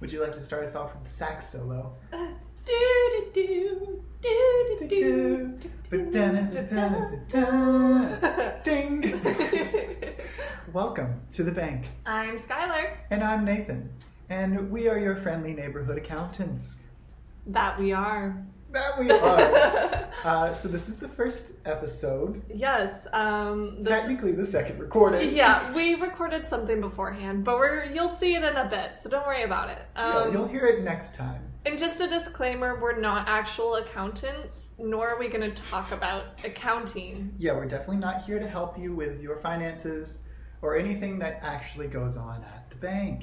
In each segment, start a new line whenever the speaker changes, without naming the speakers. Would you like to start us off with the sax solo?
Do do do do do
Ba-da-da-da-da-da.
do.
Ding! Welcome to the bank,
I'm Skylar.
and I'm Nathan, and we are your friendly neighborhood accountants.
That we are.
That we are. uh, so this is the first episode,
yes. Um. This
technically the second recording.
Is, yeah, we recorded something beforehand, but we're you'll see it in a bit, so don't worry about it.
Yeah,
Um,
you'll hear it next time.
And just a disclaimer: we're not actual accountants, nor are we going to talk about accounting.
Yeah, we're definitely not here to help you with your finances or anything that actually goes on at the bank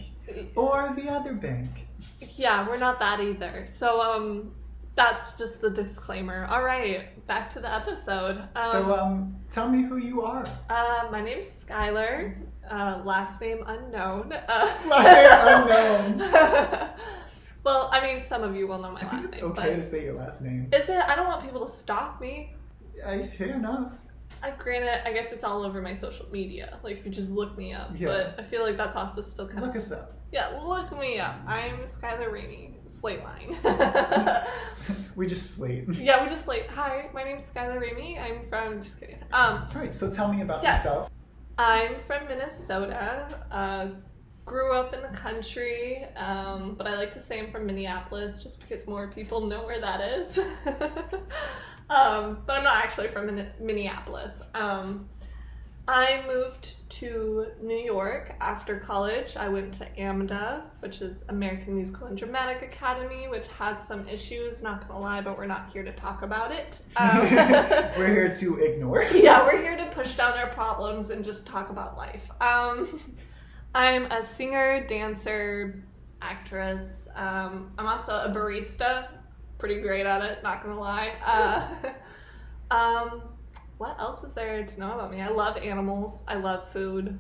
or the other bank.
Yeah, we're not that either. So um, that's just the disclaimer. All right, back to the episode. Um,
so um, tell me who you are.
Uh, my name's Skylar. Uh, last name unknown. Uh,
Last name
well, I mean, some of you will know my
I think
last
it's
name,
okay to say your last name.
but is it? I don't want people to stalk me.
I, fair enough.
I, granted, I guess it's all over my social media. Like, if you just look me up,
Yeah.
but I feel like that's also still kind
Look
of
us up.
yeah. Look me up. I'm Skylar Rainey. Slate line.
We just slate.
yeah, we just like hi. My name's Skylar Rainey. I'm from. Just kidding. Um,
All right, so tell me about
Yes.
yourself.
I'm from Minnesota. Uh, grew up in the country, um, but I like to say I'm from Minneapolis just because more people know where that is. um, but I'm not actually from Min- Minneapolis. Um, I moved to New York after college. I went to AMDA, which is American Musical and Dramatic Academy, which has some issues, not gonna lie, but we're not here to talk about it. Um,
We're here to ignore.
yeah, we're here to push down our problems and just talk about life. Um, I'm a singer, dancer, actress. Um, I'm also a barista. Pretty great at it, not gonna lie. Uh, um, what else is there to know about me? I love animals. I love food.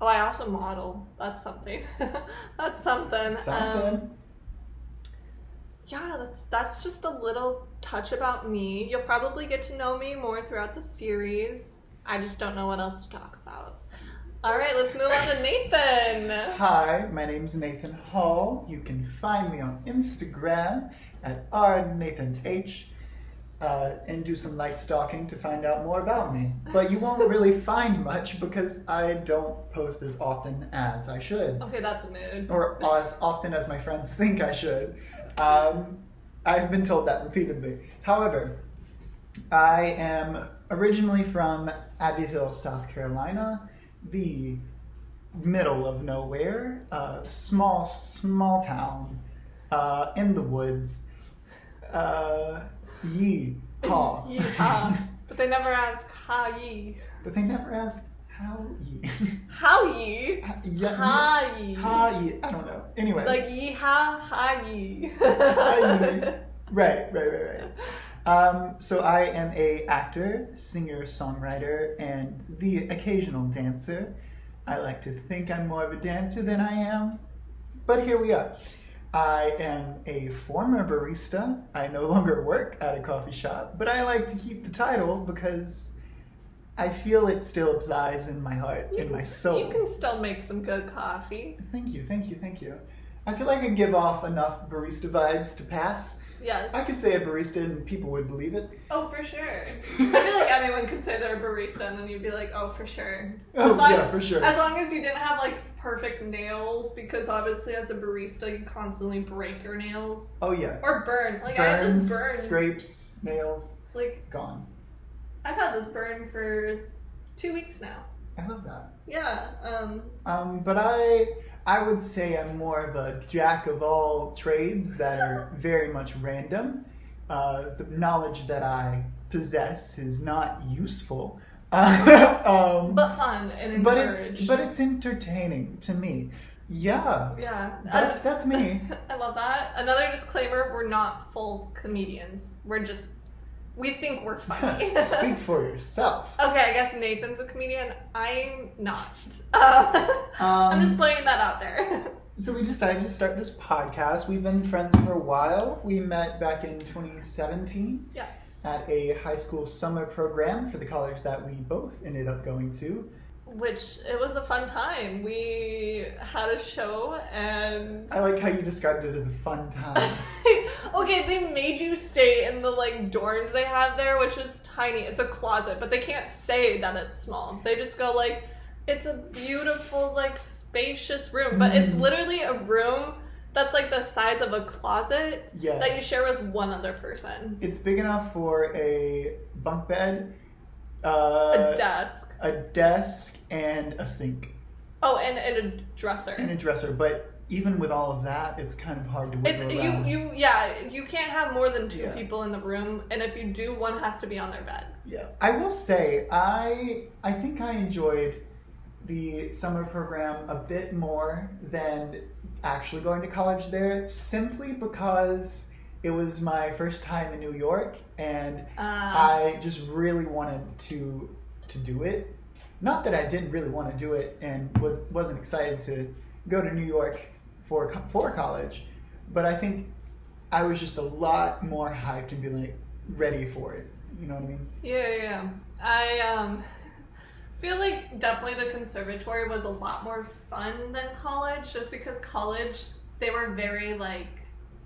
Oh, I also model. That's something. That's something. Um,
Something.
yeah, that's that's just a little touch about me. You'll probably get to know me more throughout the series. I just don't know what else to talk about. All right, let's move on to Nathan.
Hi, my name's Nathan Hall. You can find me on Instagram at rnathanh uh, and do some light stalking to find out more about me. But you won't really find much because I don't post as often as I should,
Okay, that's a mood.
or as often as my friends think I should. Um, I've been told that repeatedly. However, I am originally from Abbeville, South Carolina, the middle of nowhere, uh, small, small town uh, in the woods. Uh, yee, haw.
Yeehaw. but they never ask how ye.
but they never ask how ye.
How ye?
yeah,
How ye?
Ha ye. I don't know. Anyway.
Like yeehaw, ha ye.
I- right, right, right, right. Um, so I am a actor, singer, songwriter, and the occasional dancer. I like to think I'm more of a dancer than I am, but here we are. I am a former barista. I no longer work at a coffee shop, but I like to keep the title because I feel it still applies in my heart,
You
in
can-
my soul.
You can still make some good coffee.
Thank you, thank you, thank you. I feel like I give off enough barista vibes to pass.
Yes.
I could say a barista and people would believe it.
Oh, for sure. I feel like anyone could say they're a barista, and then you'd be like, oh, for sure.
Oh,
as long
yeah,
as,
for sure.
As long as you didn't have like perfect nails, because obviously as a barista, you constantly break your nails
Oh yeah,
or burn. Like I had
burns,
this burn.
scrapes, nails,
Like
gone.
I've had this burn for two weeks now.
I love that.
Yeah. Um.
Um, but I, I would say I'm more of a jack of all trades that are very much random. Uh, the knowledge that I possess is not useful. um,
But fun and
but
encouraged. Uh,
it's but it's entertaining to me. Yeah,
yeah.
that's that's me.
I love that. Another disclaimer: we're not full comedians. We're just we think we're funny.
Speak for yourself.
Okay, I guess Nathan's a comedian. I'm not.
Um,
Uh, I'm just putting that out there.
So we decided to start this podcast. We've been friends for a while. We met back in 2017
yes.
at a high school summer program for the college that we both ended up going to.
which it was a fun time. We had a show and
I like how you described it as a fun time.
okay, they made you stay in the like dorms they have there, which is tiny. It's a closet, but they can't say that it's small. They just go like it's a beautiful like spacious room, but it's
Mm.
literally a room that's like the size of a closet
Yeah.
that you share with one other person.
It's big enough for a bunk bed,
A
uh,
desk.
a desk, and a sink
Oh, and, and a dresser.
and a dresser. But even with all of that, it's kind of hard to
It's
wiggle
you
around.
you yeah, you can't have more than two
Yeah.
people in the room and if you do one has to be on their bed.
Yeah, I will say I I think I enjoyed the summer program a bit more than actually going to college there, simply because it was my first time in New York and
Uh,
I just really wanted to to do it. Not that I didn't really want to do it and was wasn't excited to go to New York for co- for college, but I think I was just a lot more hyped and be like ready for it. You know what I mean?
yeah, yeah, yeah. I um feel like definitely the conservatory was a lot more fun than college just because college they were very like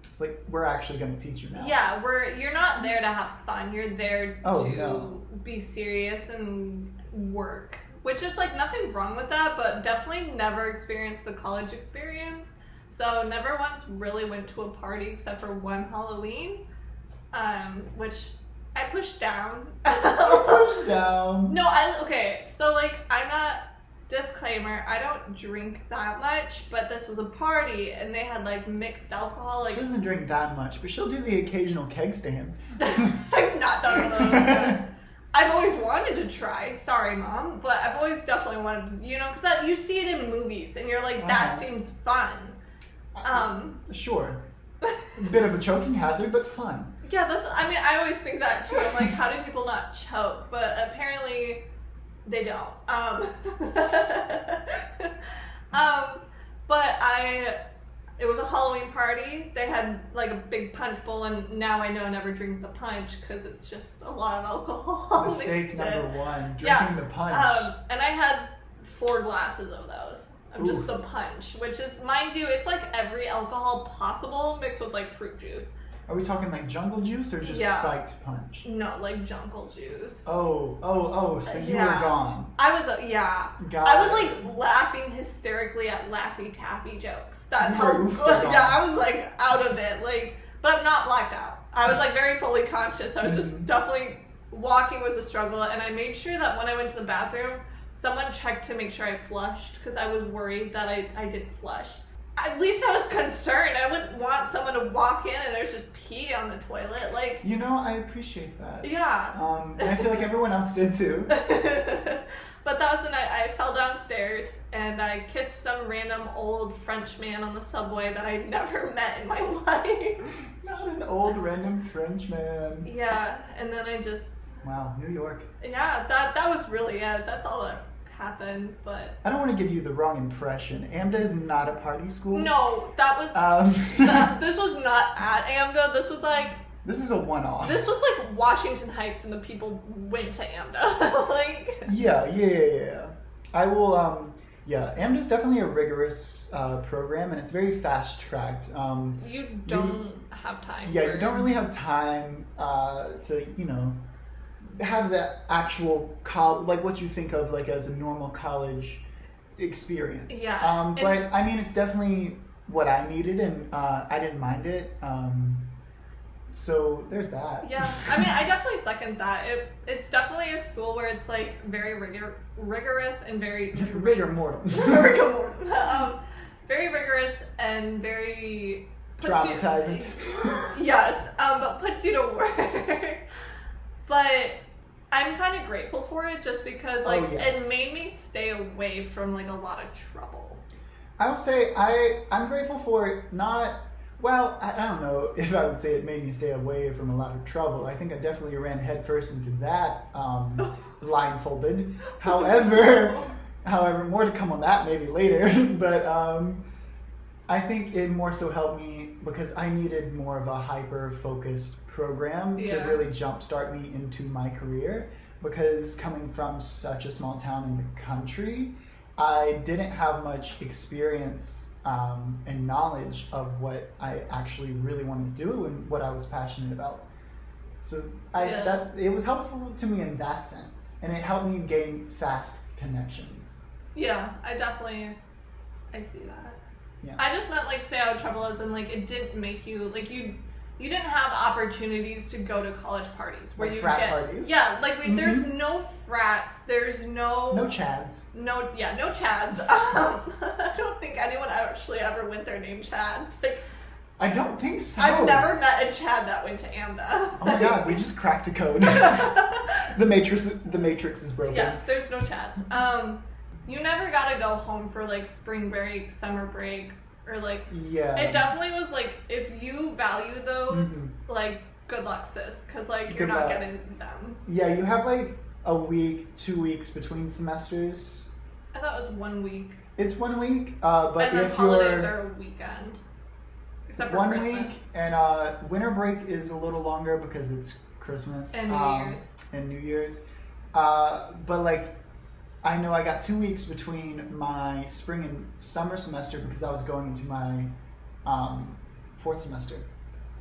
It's like we're actually going to teach you now.
yeah, we're you're not there to have fun. You're there
Oh,
to
no.
be serious and work. Which is like nothing wrong with that, but definitely never experienced the college experience. So never once really went to a party except for one Halloween, um, which I pushed down.
Push down.
No, I okay. So like, I'm not. Disclaimer: I don't drink that much, but this was a party, and they had like mixed alcohol. Like
She doesn't drink that much, but she'll do the occasional keg stand.
I've not done one of those. but I've always wanted to try. Sorry, mom, but I've always definitely wanted. You know, because you see it in movies, and you're like, that
Uh-huh.
seems fun. Um,
sure, bit of a choking hazard, but fun.
yeah, that's. I mean, I always think that too. I'm like, how do people not choke? But apparently, they don't. Um, um, but I. It was a Halloween party. They had like a big punch bowl, and now I know I never drink the punch because it's just a lot of alcohol. mixed
Mistake
in.
number one: drinking
Oh, Yeah,
the punch.
Um, and I had four glasses of those of
Ooh.
just the punch, which is, mind you, it's like every alcohol possible mixed with like fruit juice.
Are we talking like jungle juice or just
Yeah.
spiked punch?
No, like jungle juice.
Oh, oh, oh! So you
Yeah.
were gone.
I was, uh, yeah.
Got
I was
it.
like laughing hysterically at Laffy Taffy jokes. That's
You
how
were
good.
oofed on.
Yeah, I was like out of it, like, but I'm not blacked out. I was like very fully conscious. I was
Mhm.
just definitely walking was a struggle, and I made sure that when I went to the bathroom, someone checked to make sure I flushed because I was worried that I I didn't flush. At least I was concerned. I wouldn't want someone to walk in and there's just pee on the toilet. Like,
You know, I appreciate that.
yeah.
Um, and I feel like everyone else did too.
but that was the night I fell downstairs and I kissed some random old French man on the subway that I never met in my life.
Not an old random Frenchman.
yeah, and then I just
Wow, New York.
yeah that that was really it. That's all that happened. But
I don't want to give you the wrong impression. AMDA is not a party school.
no, that was
Um,
that, this was not at AMDA. This was like
this is a one-off.
this was like Washington Heights, and the people went to AMDA. like
Yeah, yeah, yeah, yeah, yeah. I will. Um, yeah, AMDA is definitely a rigorous uh, program, and it's very fast-tracked. Um,
you don't have time.
yeah,
for-
you don't really have time uh, to, you know, have the actual col- like what you think of like as a normal college experience.
Yeah,
Um,
and-
but I mean, it's definitely what I needed, and uh, I didn't mind it. Um, so there's that.
Yeah, I mean, I definitely second that. It, it's definitely a school where it's like very rigor, rigorous and very
rigor mortis.
rigor mortis. um, very rigorous and very puts you-
Traumatizing.
yes, um, but puts you to work. but I'm kind of grateful for it just because
Oh,
like
yes.
it made me stay away from like a lot of trouble.
I'll say I I'm grateful for it. Not well. I, I don't know if I would say it made me stay away from a lot of trouble. I think I definitely ran headfirst into that um, blindfolded.
Oh,
However, however, more to come on that maybe later. but um, I think it more so helped me because I needed more of a hyper focused program
Yeah.
to really jumpstart me into my career. because coming from such a small town in the country, I didn't have much experience um, and knowledge of what I actually really wanted to do and what I was passionate about. So I
Yeah.
that it was helpful to me in that sense, and it helped me gain fast connections.
Yeah, I definitely, I see that.
Yeah.
I just meant like stay out of trouble as in like it didn't make you like you you didn't have opportunities to go to college parties where
Like
you
frat
get
parties? Mm-hmm.
yeah like we, there's no frats there's no
No chads.
no- yeah no chads um, I don't think anyone actually ever went there named Chad like
I don't think so.
I've never met a Chad that went to AMDA
Oh my god, we just cracked a code. the matrix, the matrix is broken.
Yeah, there's no chats. Um, you never gotta go home for like spring break, summer break, or like.
Yeah.
It definitely was like if you value those,
Mhm.
like good luck, sis, because like you're
Good
not
luck.
getting them.
Yeah, you have like a week, two weeks between semesters.
I thought it was one week,
It's one week, uh, but
and then
if
holidays
you're
are a weekend, except for
one week
Christmas
and uh, winter break is a little longer because it's Christmas
and New
um,
Year's.
and New Year's. Uh, but like, I know I got two weeks between my spring and summer semester because I was going into my um, fourth semester.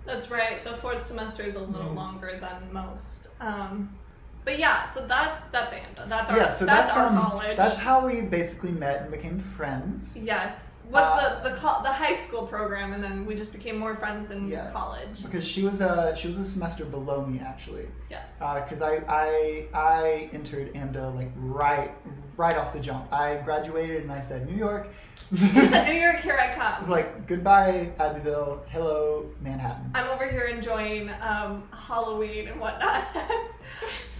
That's right. The fourth semester is a little
Mhm.
longer than most. Um, but yeah, so that's that's AMDA. That's our
yeah, so
that's,
that's,
our
um,
college.
That's how we basically met and became friends.
Yes, was
Uh,
the the col- the high school program, and then we just became more friends in
Yeah.
college.
Because she was a she was a semester below me actually.
Yes.
because I, I I entered AMDA like right right off the jump. I graduated and I said New York,
you said New York, here I come.
like goodbye Abbeville, hello Manhattan.
I'm over here enjoying um, Halloween and whatnot.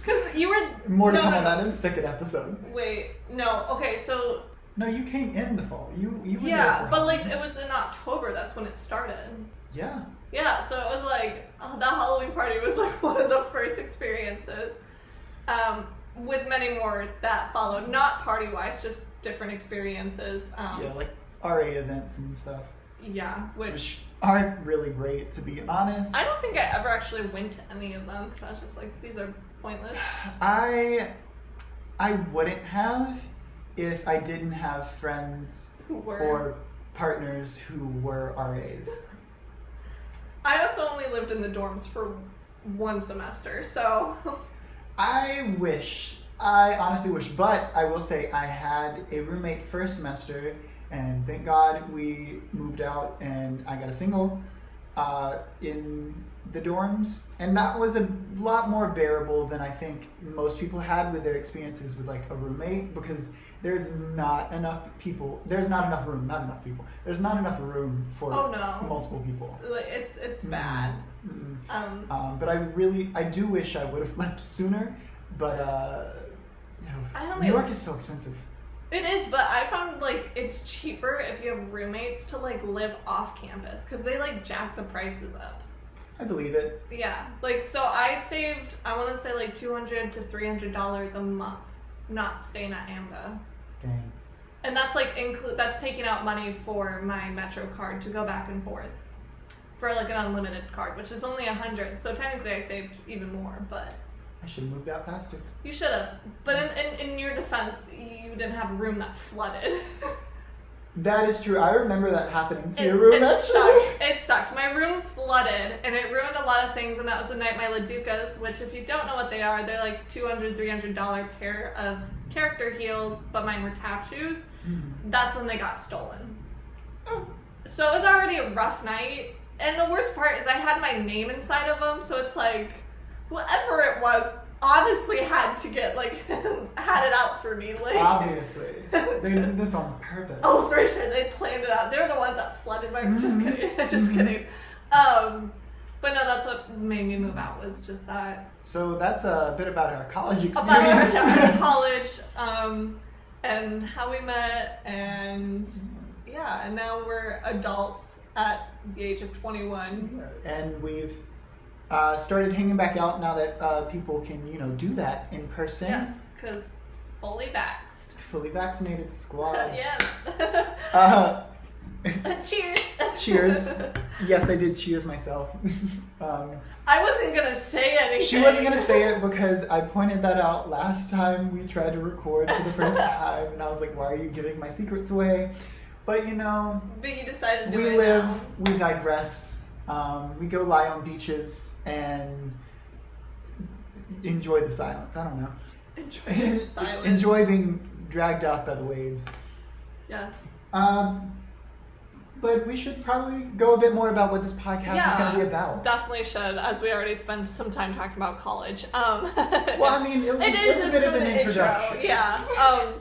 Because you were
More to
no,
come
no,
on that in the second episode.
no. Wait, no. Okay, so
No, you came in the fall. You you were
yeah,
there for
but like
Halloween.
it was in October. That's when it started.
yeah,
Yeah, so it was like oh, that Halloween party was like one of the first experiences, um, with many more that followed. Not party wise, just different experiences. Um,
yeah, like RA events and stuff,
Yeah, which
which aren't really great to be honest.
I don't think I ever actually went to any of them because I was just like, these are pointless.
I I wouldn't have if I didn't have friends
Who were?
or partners who were RAs.
I also only lived in the dorms for one semester, so
I wish. I honestly wish, but I will say I had a roommate first semester, and thank God we moved out and I got a single uh, in the dorms, and that was a lot more bearable than I think most people had with their experiences with like a roommate because there's not enough people. There's not enough room. Not enough people. There's not enough room for
oh no,
multiple people.
like, it's it's bad.
Mm.
Um,
Um, but I really, I do wish I would have left sooner. But uh, you know,
I only
New York is so expensive.
it is, but I found like it's cheaper if you have roommates to like live off campus because they like jack the prices up.
I believe it.
Yeah, like so I saved I want to say like two hundred to three hundred dollars a month not staying at AMDA.
Dang.
And that's like include that's taking out money for my Metro card to go back and forth for like an unlimited card, which is only a hundred. So technically, I saved even more, but
I should have moved out faster.
you should have. But in, in in your defense, you didn't have a room that flooded.
That is true. I remember that happening to
it,
your room.
it
actually.
sucked. It sucked. My room flooded, and it ruined a lot of things. And that was the night my Laducas, which if you don't know what they are, they're like 200 300 dollar pair of character heels, but mine were tap shoes.
Hmm.
That's when they got stolen.
Oh.
So it was already a rough night. And the worst part is I had my name inside of them, so it's like whoever it was honestly had to get like had it out for me. Like
Obviously, they did this on purpose.
Oh for sure, they planned it out. They're the ones that flooded my room. Just
Mhm.
kidding. just
Mhm.
kidding. Um but no, that's what made me move out was just that
So that's a bit about our college
about our
experience.
time in college, um, and how we met and yeah, and now we're adults at the age of 21.
and we've uh, started hanging back out now that uh, people can, you know, do that in person.
Yes, because fully vaxxed.
Fully vaccinated squad.
yes.
Uh,
Cheers.
Cheers. Yes, I did cheers myself. um,
I wasn't gonna say anything.
she wasn't going to say it because I pointed that out last time we tried to record for the first time, and I was like, why are you giving my secrets away? But you know,
But you decided to do
we
it
live,
now.
we digress, um, we go lie on beaches and enjoy the silence. I don't know.
Enjoy the silence.
enjoy being dragged out by the waves.
Yes.
Um, but we should probably go a bit more about what this podcast is going to be about.
Definitely should, as we already spent some time talking about college. Um,
well, I mean, it was,
it
it was
is
a bit of an
intro,
introduction.
yeah. Um,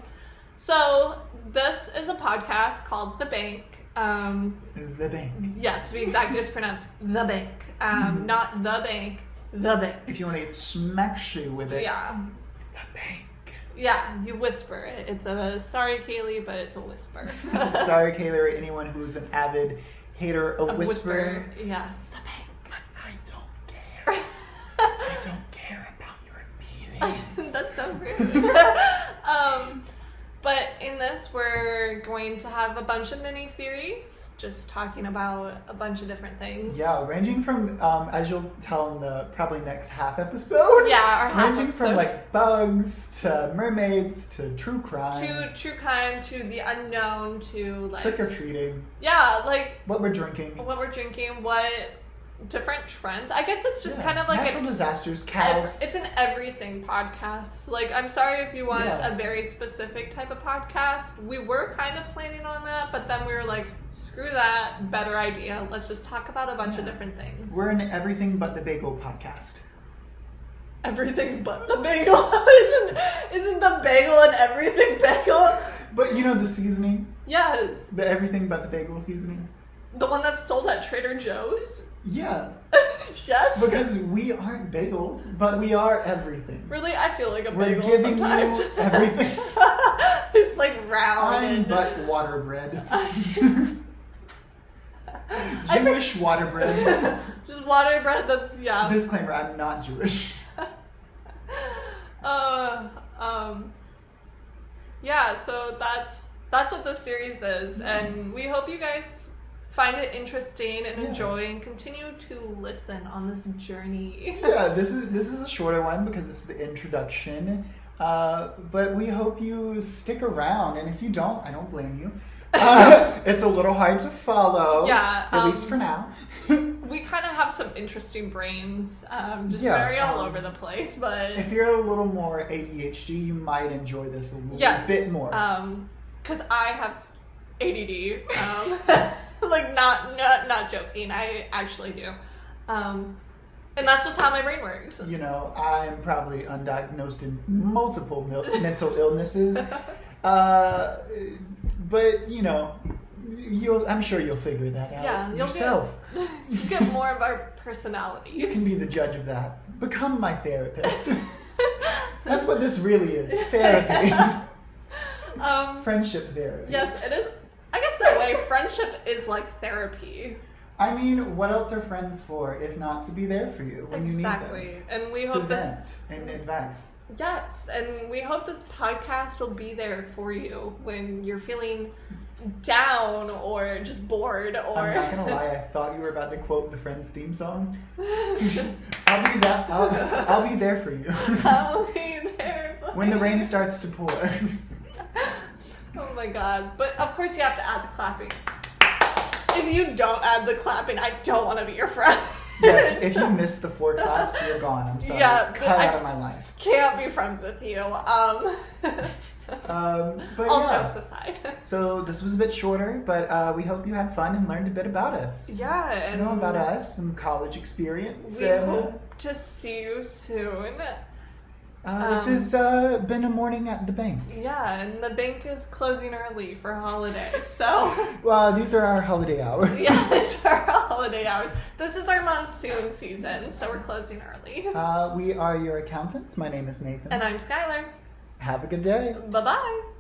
so this is a podcast called The Bank. Um,
The bank.
yeah, to be exact, it's pronounced The Bank,
Mm-hmm.
um, not The Bank. The Bank.
If you want to get smack shoe with it,
Yeah,
the bank.
yeah. You whisper it. It's a sorry, Kaylee, but it's a whisper.
Sorry, Kayla, or anyone who's an avid hater of
A
whisper.
Yeah.
I don't
The
care.
Bank.
I don't care about your feelings.
That's so rude. um, but in this, we're going to have a bunch of mini series, just talking about a bunch of different things.
yeah, ranging from, um, as you'll tell in the probably next half episode.
Yeah, our half
Ranging from
episode.
like bugs to mermaids to true crime,
to true crime, to the unknown, to like
trick or treating,
yeah, like
what we're drinking,
what we're drinking, what different trends. I guess it's just
Yeah,
kind of like
natural
an
disasters, cows.
ev- it's an everything podcast. Like I'm sorry if you want
Yeah.
a very specific type of podcast. We were kind of planning on that, but then we were like, screw that, better idea. Let's just talk about a bunch of
Yeah.
different things.
We're an everything but the bagel podcast.
everything but the bagel. isn't isn't the bagel and everything bagel?
But you know the seasoning,
Yes.
the everything but the bagel seasoning.
The one that's sold at Trader Joe's?
Yeah,
yes.
because we aren't bagels, but we are everything.
Really, I feel like a
We're
bagel
giving
sometimes.
you everything.
Just like round.
I'm
and-
but water bread. Jewish water bread.
Just water bread. That's yeah.
Disclaimer: I'm not Jewish.
uh, um, yeah. So that's that's what this series
Mm-hmm.
is, and we hope you guys find it interesting and
Yeah.
enjoy, and continue to listen on this journey.
yeah, this is this is a shorter one because this is the introduction. Uh, but we hope you stick around, and if you don't, I don't blame you. Uh, it's a little hard to follow.
Yeah,
at
um,
least for now.
we kind of have some interesting brains, um, just
Yeah,
very all
um,
over the place, but
if you're a little more ADHD, you might enjoy this a little
yes,
bit more.
Um, because I have ADD. Um, like not not not joking. I actually do. Um, and that's just how my brain works.
you know, I'm probably undiagnosed in multiple mil- mental illnesses. Uh, but you know, you'll I'm sure you'll figure that out
Yeah, you'll be-
yourself.
You get more of our personalities.
You can be the judge of that. Become my therapist. That's what this really is. Therapy.
um,
Friendship therapy.
yes, it is. I guess that way, friendship is like therapy.
I mean, what else are friends for if not to be there for you when you need them?
Exactly, and we
To
hope this
vent and advice.
Yes, and we hope this podcast will be there for you when you're feeling down or just bored or
I'm not gonna lie, I thought you were about to quote the Friends theme song. I'll be that. I'll, I'll be there for you
I'll be there. for
when the rain
you.
starts to pour.
Oh my god. But of course you have to add the clapping. If you don't add the clapping, I don't want to be your friend.
yeah, if you miss the four claps, you're gone. I'm sorry.
Yeah, but
Cut
I-
out of my life.
Can't be friends with you. Um
Um, but
All
yeah.
jokes aside.
So this was a bit shorter, but uh, we hope you had fun and learned a bit about us.
Yeah,
You
and
know about us and college experience.
We
and,
hope to see you soon.
uh, this
um,
has uh, been a morning at the bank.
Yeah, and the bank is closing early for holidays. So,
Well, these are our holiday hours.
yeah, it's our holiday hours. This is our monsoon season, so we're closing early.
Uh, we are your accountants. My name is Nathan.
And I'm Skylar.
Have a good day.
Bye bye.